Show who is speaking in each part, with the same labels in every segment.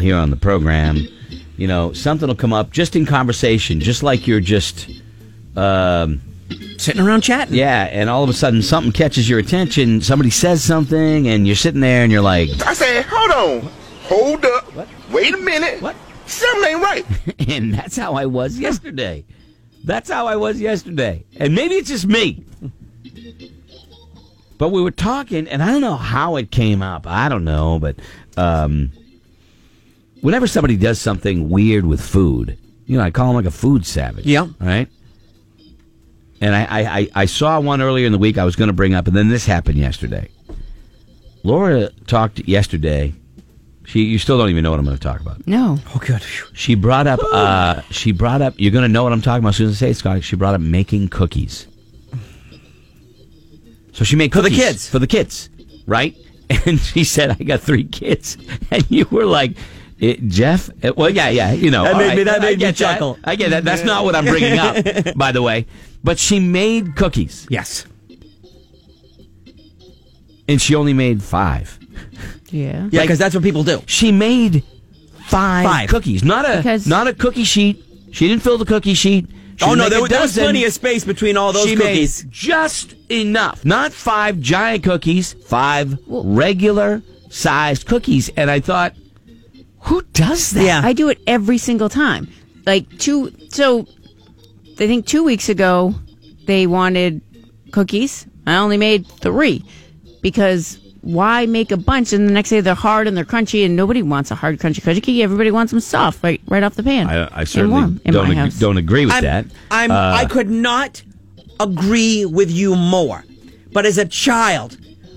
Speaker 1: here on the program, you know, something will come up just in conversation, just like you're just, um,
Speaker 2: Sitting around chatting.
Speaker 1: yeah, and all of a sudden something catches your attention. Somebody says something, and you're sitting there and you're like,
Speaker 3: I said, hold on. Hold up. Wait a minute.
Speaker 1: What?
Speaker 3: Something ain't right.
Speaker 1: and that's how I was yesterday. That's how I was yesterday. And maybe it's just me. But we were talking, and I don't know how it came up. I don't know, but um, whenever somebody does something weird with food, you know, I call them like a food savage.
Speaker 2: Yeah.
Speaker 1: Right? And I, I, I, I saw one earlier in the week I was going to bring up, and then this happened yesterday. Laura talked yesterday. She, you still don't even know what I'm going to talk about.
Speaker 4: No.
Speaker 2: Oh, good.
Speaker 1: She brought up. Uh, she brought up. You're gonna know what I'm talking about as soon as I say it, Scott. She brought up making cookies. So she made
Speaker 2: For the
Speaker 1: cookies
Speaker 2: kids.
Speaker 1: For the kids, right? And she said, "I got three kids," and you were like. "Eh, Jeff, Eh, well, yeah, yeah, you know.
Speaker 2: That
Speaker 1: all
Speaker 2: made me- that
Speaker 1: I
Speaker 2: made me
Speaker 1: get
Speaker 2: chuckle.
Speaker 1: I get that. That's not what I'm bringing up, by the way. But she made cookies,
Speaker 2: Yes.
Speaker 1: and she only made five.
Speaker 4: Yeah.
Speaker 2: Yeah, because that's what people do.
Speaker 1: She made five,
Speaker 2: Five.
Speaker 1: cookies, not a
Speaker 4: Because-
Speaker 1: not a cookie sheet. She didn't fill the cookie sheet. She
Speaker 2: oh
Speaker 1: didn't
Speaker 2: no,
Speaker 1: make
Speaker 2: there,
Speaker 1: a
Speaker 2: was- there was
Speaker 1: dozen.
Speaker 2: plenty of space between all those
Speaker 1: she
Speaker 2: cookies.
Speaker 1: made just enough. Not five giant cookies, five
Speaker 4: Well-
Speaker 1: regular sized cookies. And I thought, who does that?
Speaker 2: Yeah.
Speaker 4: I do it every single time. Like two. So I think two weeks ago they wanted cookies. I only made three because why make a bunch and the next day they're hard and they're crunchy and nobody wants a hard crunchy crunchy cookie. Everybody wants them soft right right off the pan.
Speaker 1: I, I
Speaker 4: and
Speaker 1: certainly
Speaker 4: warm in
Speaker 1: don't
Speaker 4: my
Speaker 1: ag-
Speaker 4: house.
Speaker 1: don't agree with
Speaker 2: I'm,
Speaker 1: that.
Speaker 2: I'm
Speaker 1: Uh,
Speaker 2: I could not agree with you more. But as a child,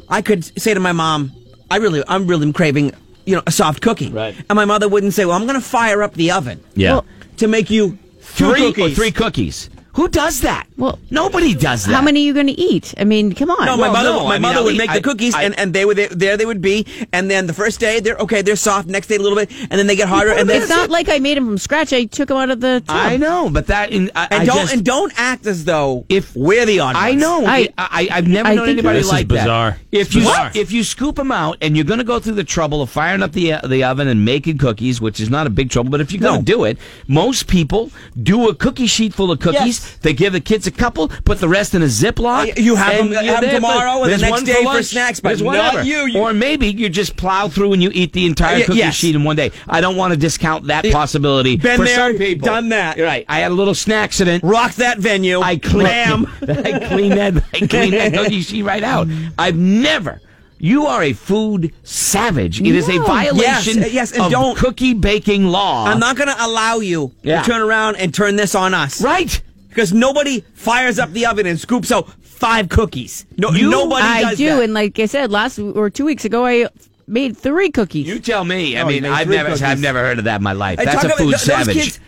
Speaker 2: I could say to my mom, I really I'm really craving, you know, a soft cookie.
Speaker 1: Right.
Speaker 2: And my mother wouldn't say, "Well, I'm going to fire up the oven."
Speaker 1: Yeah. Well-
Speaker 2: to make you two
Speaker 1: three
Speaker 2: cookies.
Speaker 1: or three cookies. Who does that?
Speaker 4: Well-
Speaker 1: nobody does that.
Speaker 4: How many are you going to eat? I mean, come on.
Speaker 2: No,
Speaker 1: Well,
Speaker 2: my mother,
Speaker 1: no, I
Speaker 2: my
Speaker 1: mean,
Speaker 2: mother
Speaker 1: at
Speaker 2: would
Speaker 1: least-
Speaker 2: make
Speaker 1: I-
Speaker 2: the cookies,
Speaker 1: I-
Speaker 2: and, and they would there they would be, and then the first day they're okay, they're soft. Next day a little bit, and then they get harder, and then
Speaker 4: it's not like I made them from scratch. I took them out of the tub.
Speaker 1: I know, but that in, I,
Speaker 2: and
Speaker 1: I
Speaker 2: don't
Speaker 1: just-
Speaker 2: and don't act as though
Speaker 1: If-
Speaker 2: if we're the audience.
Speaker 1: I know. I, I,
Speaker 4: I-
Speaker 1: I've never
Speaker 4: I
Speaker 1: known
Speaker 4: think
Speaker 1: anybody
Speaker 4: This is
Speaker 1: like that.
Speaker 5: bizarre.
Speaker 1: If
Speaker 5: It's
Speaker 1: you
Speaker 5: bizarre.
Speaker 1: if you scoop them out and you're going to go through the trouble of firing up the uh, the oven and making cookies, which is not a big trouble, but if you're going to
Speaker 2: No.
Speaker 1: do it, most people do a cookie sheet full of cookies.
Speaker 2: Yes.
Speaker 1: They give the kids a couple, put the rest in a Ziploc.
Speaker 2: You have 'em-
Speaker 1: and
Speaker 2: have
Speaker 1: you're
Speaker 2: 'em
Speaker 1: there for-
Speaker 2: tomorrow and the
Speaker 1: there's
Speaker 2: next
Speaker 1: one
Speaker 2: day for
Speaker 1: lunch,
Speaker 2: snacks, but
Speaker 1: there's
Speaker 2: not
Speaker 1: whatever.
Speaker 2: you, you-
Speaker 1: Or maybe you just plow through and you eat the entire
Speaker 2: Y-
Speaker 1: cookie
Speaker 2: yes.
Speaker 1: sheet in one day. I don't want to discount that
Speaker 2: Y-
Speaker 1: possibility
Speaker 2: Been
Speaker 1: for
Speaker 2: there,
Speaker 1: some people.
Speaker 2: done that.
Speaker 1: You're right. I had a little snack accident.
Speaker 2: rock that venue.
Speaker 1: I clean,
Speaker 2: Bam.
Speaker 1: I clean that. I clean that cookie sheet right out. I've never. You are a food savage. It is a
Speaker 4: No.
Speaker 1: violation
Speaker 2: Yes, uh, yes, and
Speaker 1: of
Speaker 2: don't-
Speaker 1: cookie baking law.
Speaker 2: I'm not going to allow you
Speaker 1: Yeah.
Speaker 2: to turn around and turn this on us,
Speaker 1: right.
Speaker 2: Because nobody fires up the oven and scoops out five cookies. No,
Speaker 1: You-
Speaker 2: nobody
Speaker 4: I
Speaker 2: does
Speaker 4: do,
Speaker 2: that.
Speaker 4: and like I said last or two weeks ago, I made three cookies.
Speaker 1: You tell me. I
Speaker 2: No, Oh, you
Speaker 1: mean,
Speaker 2: made
Speaker 1: I've
Speaker 2: three
Speaker 1: never,
Speaker 2: cookies.
Speaker 1: I've never heard of that in my life.
Speaker 2: Hey,
Speaker 1: That's
Speaker 2: talk
Speaker 1: a
Speaker 2: about-
Speaker 1: food
Speaker 2: th- those
Speaker 1: savage.
Speaker 2: kids-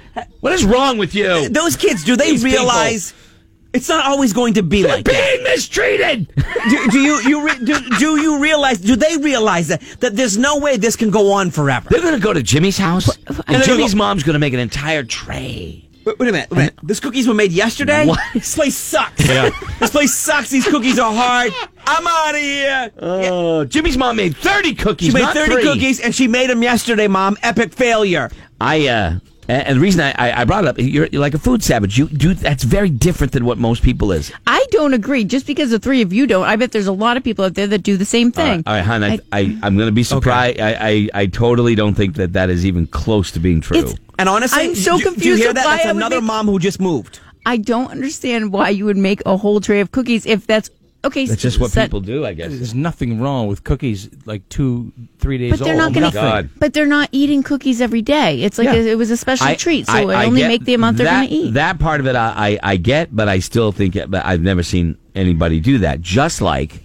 Speaker 1: what is wrong with you?
Speaker 2: Those kids, do they
Speaker 1: These people.
Speaker 2: realize it's not always going to be
Speaker 1: They're
Speaker 2: like that?
Speaker 1: being mistreated.
Speaker 2: do, do you you re, do, do you realize? Do they realize that that there's no way this can go on forever?
Speaker 1: They're going to go to Jimmy's house,
Speaker 2: no,
Speaker 1: and
Speaker 2: no,
Speaker 1: Jimmy's
Speaker 2: no.
Speaker 1: mom's going to make an entire tray.
Speaker 2: Wait, wait a minute. Wait a minute. These cookies were made yesterday.
Speaker 1: What?
Speaker 2: This place sucks.
Speaker 5: Yeah.
Speaker 2: this place sucks. These cookies are hard. I'm out of here.
Speaker 1: Oh, Jimmy's mom made thirty cookies.
Speaker 2: she made
Speaker 1: not
Speaker 2: 30
Speaker 1: three.
Speaker 2: cookies and she made them yesterday, Mom. Epic failure.
Speaker 1: I uh, and and the reason I, I, I brought it up, you're, you're like a food savage. You do that's very different than what most people is.
Speaker 4: I don't agree. Just because the three of you don't, I bet there's a lot of people out there that do the same
Speaker 1: All
Speaker 4: thing.
Speaker 1: right, all right, hon, I, I, I am going to be surprised. I, I, I totally don't think that that is even close to being true.
Speaker 4: It's-
Speaker 2: And honestly,
Speaker 4: I'm so
Speaker 2: do- do, you
Speaker 4: confused
Speaker 2: hear
Speaker 4: of
Speaker 2: that?
Speaker 4: why
Speaker 2: That's
Speaker 4: I would
Speaker 2: another
Speaker 4: make- Oh,
Speaker 2: mom who just moved.
Speaker 4: I don't understand why you would make a whole tray of cookies if that's okay.
Speaker 1: That's just what
Speaker 4: set-
Speaker 1: people do, I guess.
Speaker 5: There's nothing wrong with cookies like two, three days
Speaker 4: But they're
Speaker 5: old.
Speaker 4: not going
Speaker 1: Nothing. God.
Speaker 4: to. But they're not eating cookies every day. It's like
Speaker 1: Yeah.
Speaker 4: a- it was a special treat, so I, only
Speaker 1: get
Speaker 4: make the amount they're
Speaker 1: that-
Speaker 4: going to eat.
Speaker 1: That part of it, I, I, I get, but I still think, it- but I've never seen anybody do that. Just like,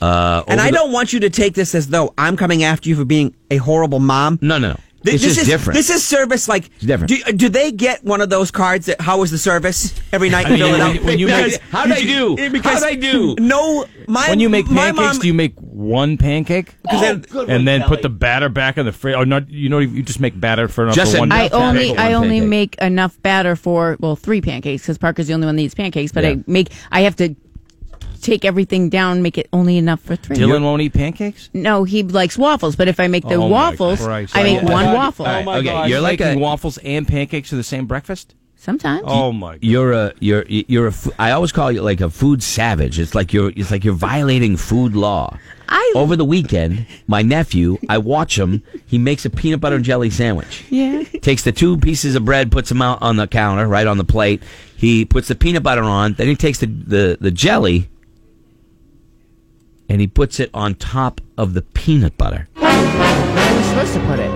Speaker 1: uh,
Speaker 2: And
Speaker 1: over
Speaker 2: I
Speaker 1: the-
Speaker 2: don't want you to take this as though I'm coming after you for being a horrible mom.
Speaker 1: No, no, no.
Speaker 2: Th-
Speaker 1: It's
Speaker 2: this
Speaker 1: just
Speaker 2: is
Speaker 1: different.
Speaker 2: This is service like
Speaker 1: different.
Speaker 2: Do, do they get one of those cards that how was the service every night
Speaker 5: I mean,
Speaker 2: in
Speaker 5: when
Speaker 2: Philadelphia?
Speaker 5: you- when you
Speaker 2: Because-
Speaker 5: make-
Speaker 1: How'd I do?
Speaker 2: eh, because-
Speaker 1: How'd I do?
Speaker 2: No, my
Speaker 5: When you make
Speaker 2: my
Speaker 5: pancakes,
Speaker 2: mom,
Speaker 5: do you make one pancake?
Speaker 2: then-
Speaker 1: good one,
Speaker 5: and then
Speaker 1: Kelly.
Speaker 5: put the batter back in the fridge. Or not? You know, you just make batter for another
Speaker 1: Just
Speaker 5: for one.
Speaker 1: enough
Speaker 4: I
Speaker 1: Enough pancake.
Speaker 4: only
Speaker 1: pancake.
Speaker 4: I
Speaker 1: One
Speaker 4: only
Speaker 1: pancake.
Speaker 4: make enough batter for well three pancakes because Parker's the only one that eats pancakes. But
Speaker 1: Yeah.
Speaker 4: I make I have to take everything down, make it only enough for three.
Speaker 5: Dylan won't eat pancakes.
Speaker 4: No, he likes waffles, but if I make the
Speaker 5: Oh my
Speaker 4: waffles,
Speaker 5: Christ.
Speaker 4: I make
Speaker 5: Oh my
Speaker 4: one
Speaker 5: God.
Speaker 4: waffle.
Speaker 5: All right,
Speaker 1: my
Speaker 5: okay,
Speaker 1: God.
Speaker 5: you're
Speaker 1: Like
Speaker 5: like
Speaker 1: a-
Speaker 5: making waffles and pancakes for the same breakfast.
Speaker 4: Sometimes.
Speaker 5: Oh my! God.
Speaker 1: You're a you're you're a fo- I always call you like a food savage. It's like you're it's like you're violating food law.
Speaker 4: I-
Speaker 1: over the weekend, my nephew, I watch him. He makes a peanut butter and jelly sandwich.
Speaker 4: Yeah.
Speaker 1: Takes the two pieces of bread, puts them out on the counter, right on the plate. He puts the peanut butter on. Then he takes the the, the jelly and he puts it on top of the peanut butter.
Speaker 4: Where was supposed to put it?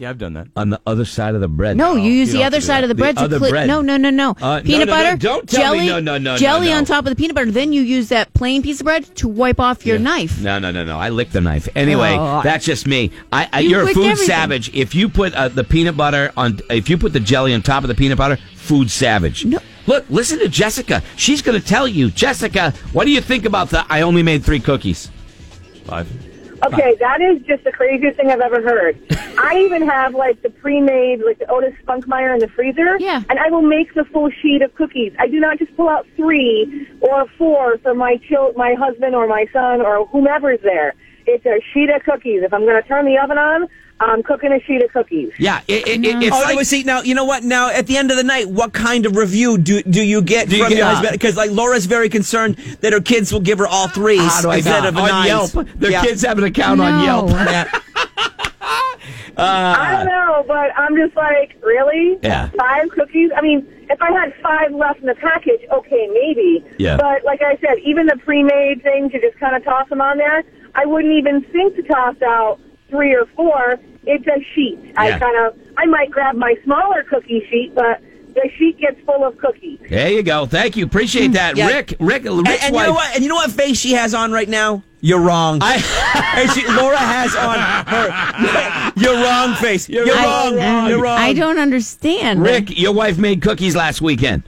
Speaker 5: Yeah, I've done that.
Speaker 1: on the other side of the bread.
Speaker 4: No, you use
Speaker 5: you
Speaker 4: the
Speaker 5: don't
Speaker 4: other
Speaker 5: do
Speaker 4: side
Speaker 5: that.
Speaker 4: of the
Speaker 1: The
Speaker 4: bread to
Speaker 1: other
Speaker 4: clip.
Speaker 1: bread.
Speaker 4: No, no, no, no.
Speaker 1: Uh, no,
Speaker 4: peanut
Speaker 1: no, no,
Speaker 4: butter,
Speaker 1: don't tell me
Speaker 4: jelly,
Speaker 1: no, no, no, no,
Speaker 4: jelly
Speaker 1: no.
Speaker 4: on top of the peanut butter. Then you use that plain piece of bread to wipe off your knife.
Speaker 1: No, no, no, no. I lick the knife. Anyway,
Speaker 4: Oh, I-
Speaker 1: that's just me. I, I
Speaker 4: You
Speaker 1: you're a
Speaker 4: licked
Speaker 1: food
Speaker 4: everything.
Speaker 1: savage. If you put uh, the peanut butter on, if you put the jelly on top of the peanut butter, food savage.
Speaker 4: No.
Speaker 1: Look, listen to Jessica. She's going to tell you, Jessica. What do you think about the? I only made three cookies.
Speaker 5: Five.
Speaker 6: Okay, that is just the craziest thing I've ever heard. I even have like the pre-made, like the Otis Spunkmeyer in the freezer.
Speaker 4: Yeah.
Speaker 6: And I will make the full sheet of cookies. I do not just pull out three or four for my child, my husband or my son or whomever's there. It's a sheet of cookies. If I'm going to turn the oven on, I'm cooking a sheet of cookies.
Speaker 1: Yeah, it, it, it- it's
Speaker 2: Oh,
Speaker 1: like
Speaker 2: no, see now. You know what? Now at the end of the night, what kind of review do do you get
Speaker 1: Do you
Speaker 2: from
Speaker 1: get-
Speaker 2: your husband? Because like Laura's very concerned that her kids will give her all threes
Speaker 1: how do I
Speaker 2: instead
Speaker 1: know?
Speaker 2: of a
Speaker 1: on
Speaker 2: nines.
Speaker 1: Yelp. Their
Speaker 2: Yeah.
Speaker 1: kids have an account
Speaker 4: No.
Speaker 1: on Yelp.
Speaker 2: Yeah.
Speaker 6: I don't know, but I'm just like, really?
Speaker 1: Yeah.
Speaker 6: Five cookies? I mean, if I had five left in the package, okay, maybe.
Speaker 1: Yeah.
Speaker 6: But like I said, even the pre-made things, you just kind of toss them on there. I wouldn't even think to toss out three or four. It's a sheet.
Speaker 1: Yeah.
Speaker 6: I kind of, I might grab my smaller cookie sheet, but the sheet gets full of cookies.
Speaker 1: There you go. Thank you. Appreciate that,
Speaker 2: Hmm. Yeah.
Speaker 1: Rick. Rick. Rick's
Speaker 2: And, and you
Speaker 1: wife.
Speaker 2: know what? And you know what face she has on right now? You're wrong. and she, Laura has on her. You're wrong face. You're,
Speaker 4: I-
Speaker 2: wrong.
Speaker 4: I,
Speaker 2: You're wrong.
Speaker 4: I don't understand.
Speaker 1: Rick, your wife made cookies last weekend.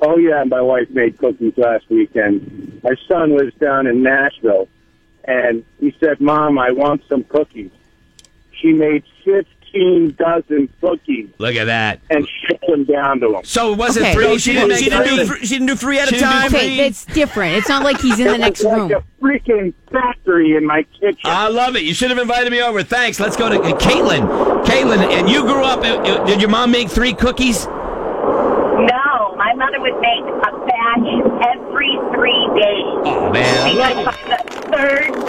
Speaker 7: Oh yeah, my wife made cookies last weekend. My son lives down in Nashville, and he said, "Mom, I want some cookies." She made fifteen dozen cookies
Speaker 1: Look at that.
Speaker 7: and shipped them down to him.
Speaker 1: So it wasn't
Speaker 4: Okay.
Speaker 1: three.
Speaker 2: she, didn't, she, didn't do,
Speaker 1: three.
Speaker 2: thr- she didn't do three at
Speaker 1: She
Speaker 2: a
Speaker 1: didn't do
Speaker 2: time.
Speaker 1: three.
Speaker 4: Okay, that's different. It's not like he's in the next
Speaker 7: It's like
Speaker 4: room.
Speaker 7: a freaking factory in my kitchen.
Speaker 1: I love it. You should have invited me over. Thanks. Let's go to
Speaker 2: Oh.
Speaker 1: uh, Caitlin. Caitlin, and you grew up. uh, uh, Did your mom make three cookies?
Speaker 8: No, my mother would make a batch every three days.
Speaker 1: Oh man, I
Speaker 8: Because
Speaker 1: love it.
Speaker 8: by the third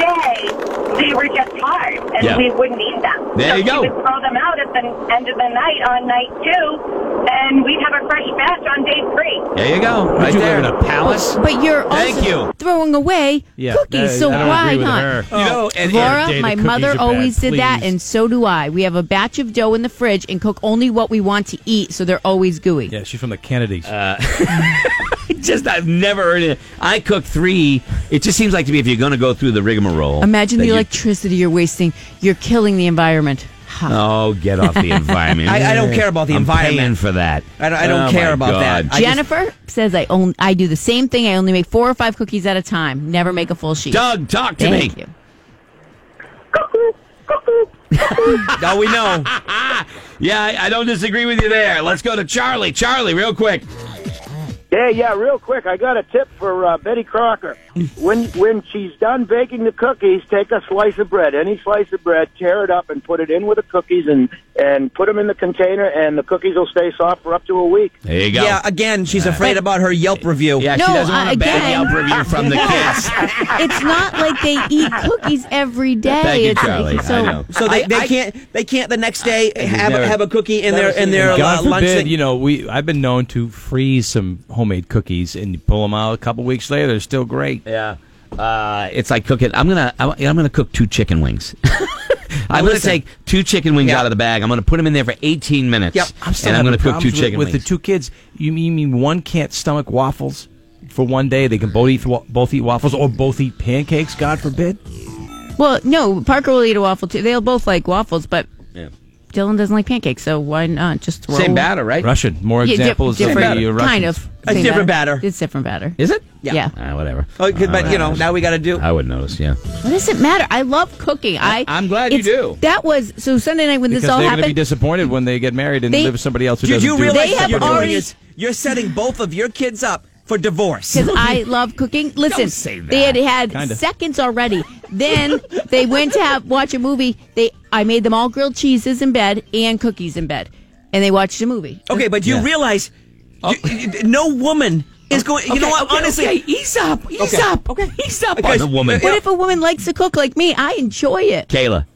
Speaker 8: day, they were just hard, and
Speaker 1: Yeah.
Speaker 8: we wouldn't eat them.
Speaker 1: There
Speaker 8: so
Speaker 1: you go.
Speaker 8: We would throw them out at the end of the night on night two, and we'd have a fresh batch on day three.
Speaker 1: There you go. Right
Speaker 5: you
Speaker 1: there.
Speaker 5: live in a palace?
Speaker 4: But you're also
Speaker 1: Thank you.
Speaker 4: throwing away
Speaker 5: Yeah,
Speaker 4: cookies,
Speaker 5: that-
Speaker 4: so
Speaker 5: I don't
Speaker 4: why
Speaker 5: agree with
Speaker 4: not?
Speaker 5: her.
Speaker 1: You know, and,
Speaker 4: Oh. Laura,
Speaker 5: Data
Speaker 4: my
Speaker 5: cookies are
Speaker 4: mother
Speaker 5: bad,
Speaker 4: always did that,
Speaker 5: please.
Speaker 4: and so do I. We have a batch of dough in the fridge and cook only what we want to eat, so they're always gooey.
Speaker 5: Yeah, she's from the Kennedys.
Speaker 1: and just I've never heard it. I cook three. It just seems like to me if you're going to go through the rigmarole.
Speaker 4: Imagine
Speaker 1: that
Speaker 4: the
Speaker 1: you-
Speaker 4: electricity you're wasting. You're killing the environment. Ha.
Speaker 1: Oh, get off the environment.
Speaker 2: I- I don't care about the
Speaker 1: I'm
Speaker 2: environment.
Speaker 1: paying for that.
Speaker 2: I don't- I don't
Speaker 1: Oh,
Speaker 2: care
Speaker 1: my
Speaker 2: about that.
Speaker 1: God.
Speaker 2: I just-
Speaker 4: Jennifer says I own. I do the same thing. I only make four or five cookies at a time. Never make a full sheet.
Speaker 1: Doug, talk to
Speaker 4: Thank
Speaker 1: me.
Speaker 4: you.
Speaker 2: Oh, we know.
Speaker 1: Yeah, I, I don't disagree with you there. Let's go to Charlie. Charlie, real quick.
Speaker 7: Yeah, yeah, real quick, I got a tip for uh, Betty Crocker. When when she's done baking the cookies, take a slice of bread, any slice of bread, tear it up and put it in with the cookies and and put them in the container and the cookies will stay soft for up to a week.
Speaker 1: There you go.
Speaker 2: Yeah, uh, again, she's afraid about her Yelp review.
Speaker 1: Yeah,
Speaker 4: No,
Speaker 1: she doesn't want
Speaker 4: uh,
Speaker 1: a bad
Speaker 4: again-
Speaker 1: Yelp review from the kids.
Speaker 4: It's not like they eat cookies every day.
Speaker 1: Thank you,
Speaker 4: It's-
Speaker 1: Charlie.
Speaker 4: So,
Speaker 1: I know.
Speaker 2: So they,
Speaker 1: I-
Speaker 2: they
Speaker 1: I-
Speaker 2: can't they can't the next day have
Speaker 1: never-
Speaker 2: have a cookie in
Speaker 1: never
Speaker 2: their in
Speaker 1: seen
Speaker 2: their
Speaker 1: it.
Speaker 2: uh,
Speaker 5: God
Speaker 2: lunch.
Speaker 5: forbid,
Speaker 2: thing.
Speaker 5: you know, we I've been known to freeze some homemade cookies and you pull them out a couple weeks later, they're still great.
Speaker 1: Yeah. Uh, it's like cooking. I'm gonna I'm, I'm gonna cook two chicken wings. I'm gonna
Speaker 2: listen.
Speaker 1: take two chicken wings
Speaker 2: Yeah.
Speaker 1: out of the bag. I'm gonna put them in there for 18 minutes.
Speaker 2: Yep.
Speaker 5: I'm still
Speaker 1: and I'm gonna
Speaker 5: having
Speaker 1: cook
Speaker 5: problems
Speaker 1: two
Speaker 5: with-
Speaker 1: chicken
Speaker 5: with,
Speaker 1: wings.
Speaker 5: the two kids. You mean, you mean one can't stomach waffles for one day? They can both eat wa- both eat waffles or both eat pancakes. God forbid.
Speaker 4: well, no, Parker will eat a waffle too. They'll both like waffles, but Dylan doesn't like pancakes, so why not just roll?
Speaker 1: Same batter, right?
Speaker 5: Russian. More
Speaker 4: Yeah, di-
Speaker 5: examples of
Speaker 4: different-
Speaker 5: the uh, Russians.
Speaker 4: kind of.
Speaker 2: It's
Speaker 4: same
Speaker 2: different batter.
Speaker 4: It's different batter.
Speaker 1: Is it?
Speaker 2: Yeah.
Speaker 4: yeah.
Speaker 1: Ah, whatever.
Speaker 2: Oh, good,
Speaker 1: I
Speaker 2: but,
Speaker 1: would
Speaker 2: you know,
Speaker 1: notice.
Speaker 2: now we gotta do-
Speaker 1: I would notice. Yeah.
Speaker 4: What does it matter? I love cooking. I
Speaker 1: I'm glad you
Speaker 4: it's-
Speaker 1: do.
Speaker 4: That was so Sunday night when
Speaker 5: Because
Speaker 4: this all
Speaker 5: they're going to be
Speaker 4: happened.
Speaker 5: disappointed when they get married and
Speaker 4: They-
Speaker 5: live with somebody else who
Speaker 2: You
Speaker 5: doesn't
Speaker 2: do
Speaker 5: do
Speaker 2: realize
Speaker 4: They
Speaker 2: what
Speaker 4: have
Speaker 2: you're doing
Speaker 4: already-
Speaker 2: is you're setting both of your kids up for divorce.
Speaker 4: Because I love cooking. Listen,
Speaker 1: say that.
Speaker 4: they had had
Speaker 5: Kinda.
Speaker 4: seconds already. Then they went to have watch a movie. They I made them all grilled cheeses in bed and cookies in bed, and they watched a movie.
Speaker 2: Okay, but you realize
Speaker 1: Oh.
Speaker 2: you- you- no woman is going. You know what? Honestly,
Speaker 1: ease up, ease
Speaker 2: Okay. up,
Speaker 1: okay, ease up
Speaker 2: Guys,
Speaker 1: the woman.
Speaker 2: yeah.
Speaker 4: What if a woman likes to cook like me? I enjoy it.
Speaker 1: Kayla.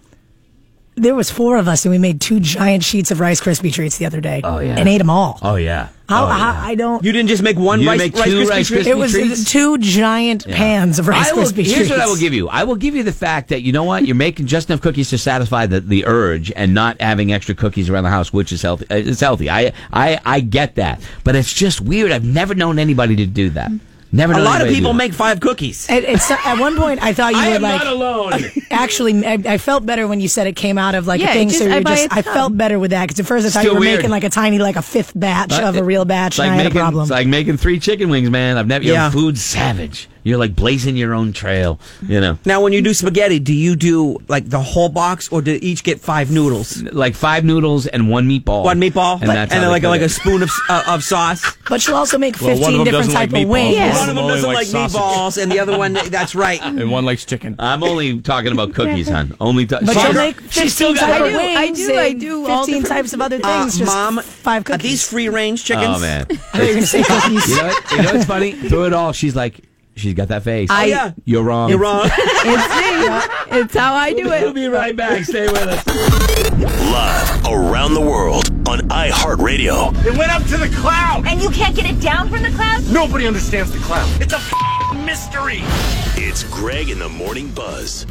Speaker 6: There was four of us, and we made two giant sheets of Rice Krispie treats the other day.
Speaker 1: Oh, yeah.
Speaker 6: and ate them all.
Speaker 1: Oh yeah.
Speaker 6: How,
Speaker 1: oh, yeah.
Speaker 6: I, I don't.
Speaker 2: you didn't just make one
Speaker 1: You
Speaker 2: rice,
Speaker 1: make
Speaker 2: rice
Speaker 1: two
Speaker 2: Krispie
Speaker 1: Rice
Speaker 2: treat.
Speaker 1: Krispie
Speaker 6: it was
Speaker 1: treats?
Speaker 6: two giant pans of Rice
Speaker 1: I will,
Speaker 6: Krispie treats.
Speaker 1: here's what I will give you. I will give you the fact that you know what you're making just enough cookies to satisfy the, the urge and not having extra cookies around the house, which is healthy. uh, It's healthy. I I I get that, but it's just weird. I've never known anybody to do that. Never.
Speaker 2: A
Speaker 1: known
Speaker 2: lot of
Speaker 1: anybody to
Speaker 2: people
Speaker 1: do that.
Speaker 2: make five cookies.
Speaker 6: At, at, some- at one point, I thought you were like.
Speaker 1: alone.
Speaker 6: Actually, I, I felt better when you said it came out of like
Speaker 4: Yeah,
Speaker 6: a thing.
Speaker 4: just-
Speaker 6: so you're
Speaker 4: I buy
Speaker 6: just,
Speaker 4: it
Speaker 6: I
Speaker 4: some.
Speaker 6: felt better with that because at first I thought
Speaker 1: Still
Speaker 6: you were
Speaker 1: weird.
Speaker 6: making like a tiny, like a fifth batch of a real batch,
Speaker 1: It's like
Speaker 6: and I had
Speaker 1: making,
Speaker 6: a problem.
Speaker 1: It's like making three chicken wings, man. I've never. You're
Speaker 2: Yeah.
Speaker 1: a food savage. You're like blazing your own trail. You know,
Speaker 2: Now, when you do spaghetti, do you do like the whole box, or do each get five noodles?
Speaker 1: like five noodles and one meatball.
Speaker 2: One meatball,
Speaker 1: and that's
Speaker 2: and
Speaker 1: how
Speaker 2: then
Speaker 1: they
Speaker 2: like
Speaker 1: cook
Speaker 2: like
Speaker 1: it.
Speaker 2: a spoon of uh, of sauce.
Speaker 6: but you'll also make
Speaker 5: Well, one of
Speaker 6: fifteen
Speaker 5: them
Speaker 6: different
Speaker 5: doesn't like
Speaker 6: type of
Speaker 5: meatballs.
Speaker 6: wings.
Speaker 4: Yeah.
Speaker 2: One of them
Speaker 5: Only
Speaker 2: doesn't like
Speaker 5: like sausage.
Speaker 2: meatballs, and the other one. That's right.
Speaker 5: And one likes chicken.
Speaker 1: I'm only talking about cookies, hon. Only. T-
Speaker 6: But
Speaker 1: Sorry.
Speaker 6: you'll make
Speaker 1: She's still
Speaker 6: fifteen
Speaker 1: got
Speaker 6: types
Speaker 1: her
Speaker 4: I
Speaker 6: of
Speaker 4: do,
Speaker 6: wings.
Speaker 4: I do, I
Speaker 6: and
Speaker 4: do all
Speaker 6: Fifteen
Speaker 4: different-
Speaker 6: types of other
Speaker 2: Uh,
Speaker 6: things. just
Speaker 2: Mom,
Speaker 6: five
Speaker 2: are
Speaker 6: cookies.
Speaker 2: these free range chickens?
Speaker 1: Oh man.
Speaker 6: I thought you were going to say cookies.
Speaker 1: You know, what, you know what's funny? Through it all, she's like, she's got that face.
Speaker 2: I- Oh, yeah.
Speaker 1: You're wrong.
Speaker 2: You're wrong.
Speaker 4: It's, it's how I do it.
Speaker 1: be right back. Stay with us.
Speaker 3: Live around the world on iHeartRadio.
Speaker 9: It went up to the cloud.
Speaker 10: And you can't get it down from the cloud?
Speaker 9: Nobody understands the cloud. It's a mystery.
Speaker 3: It's Greg in the Morning Buzz.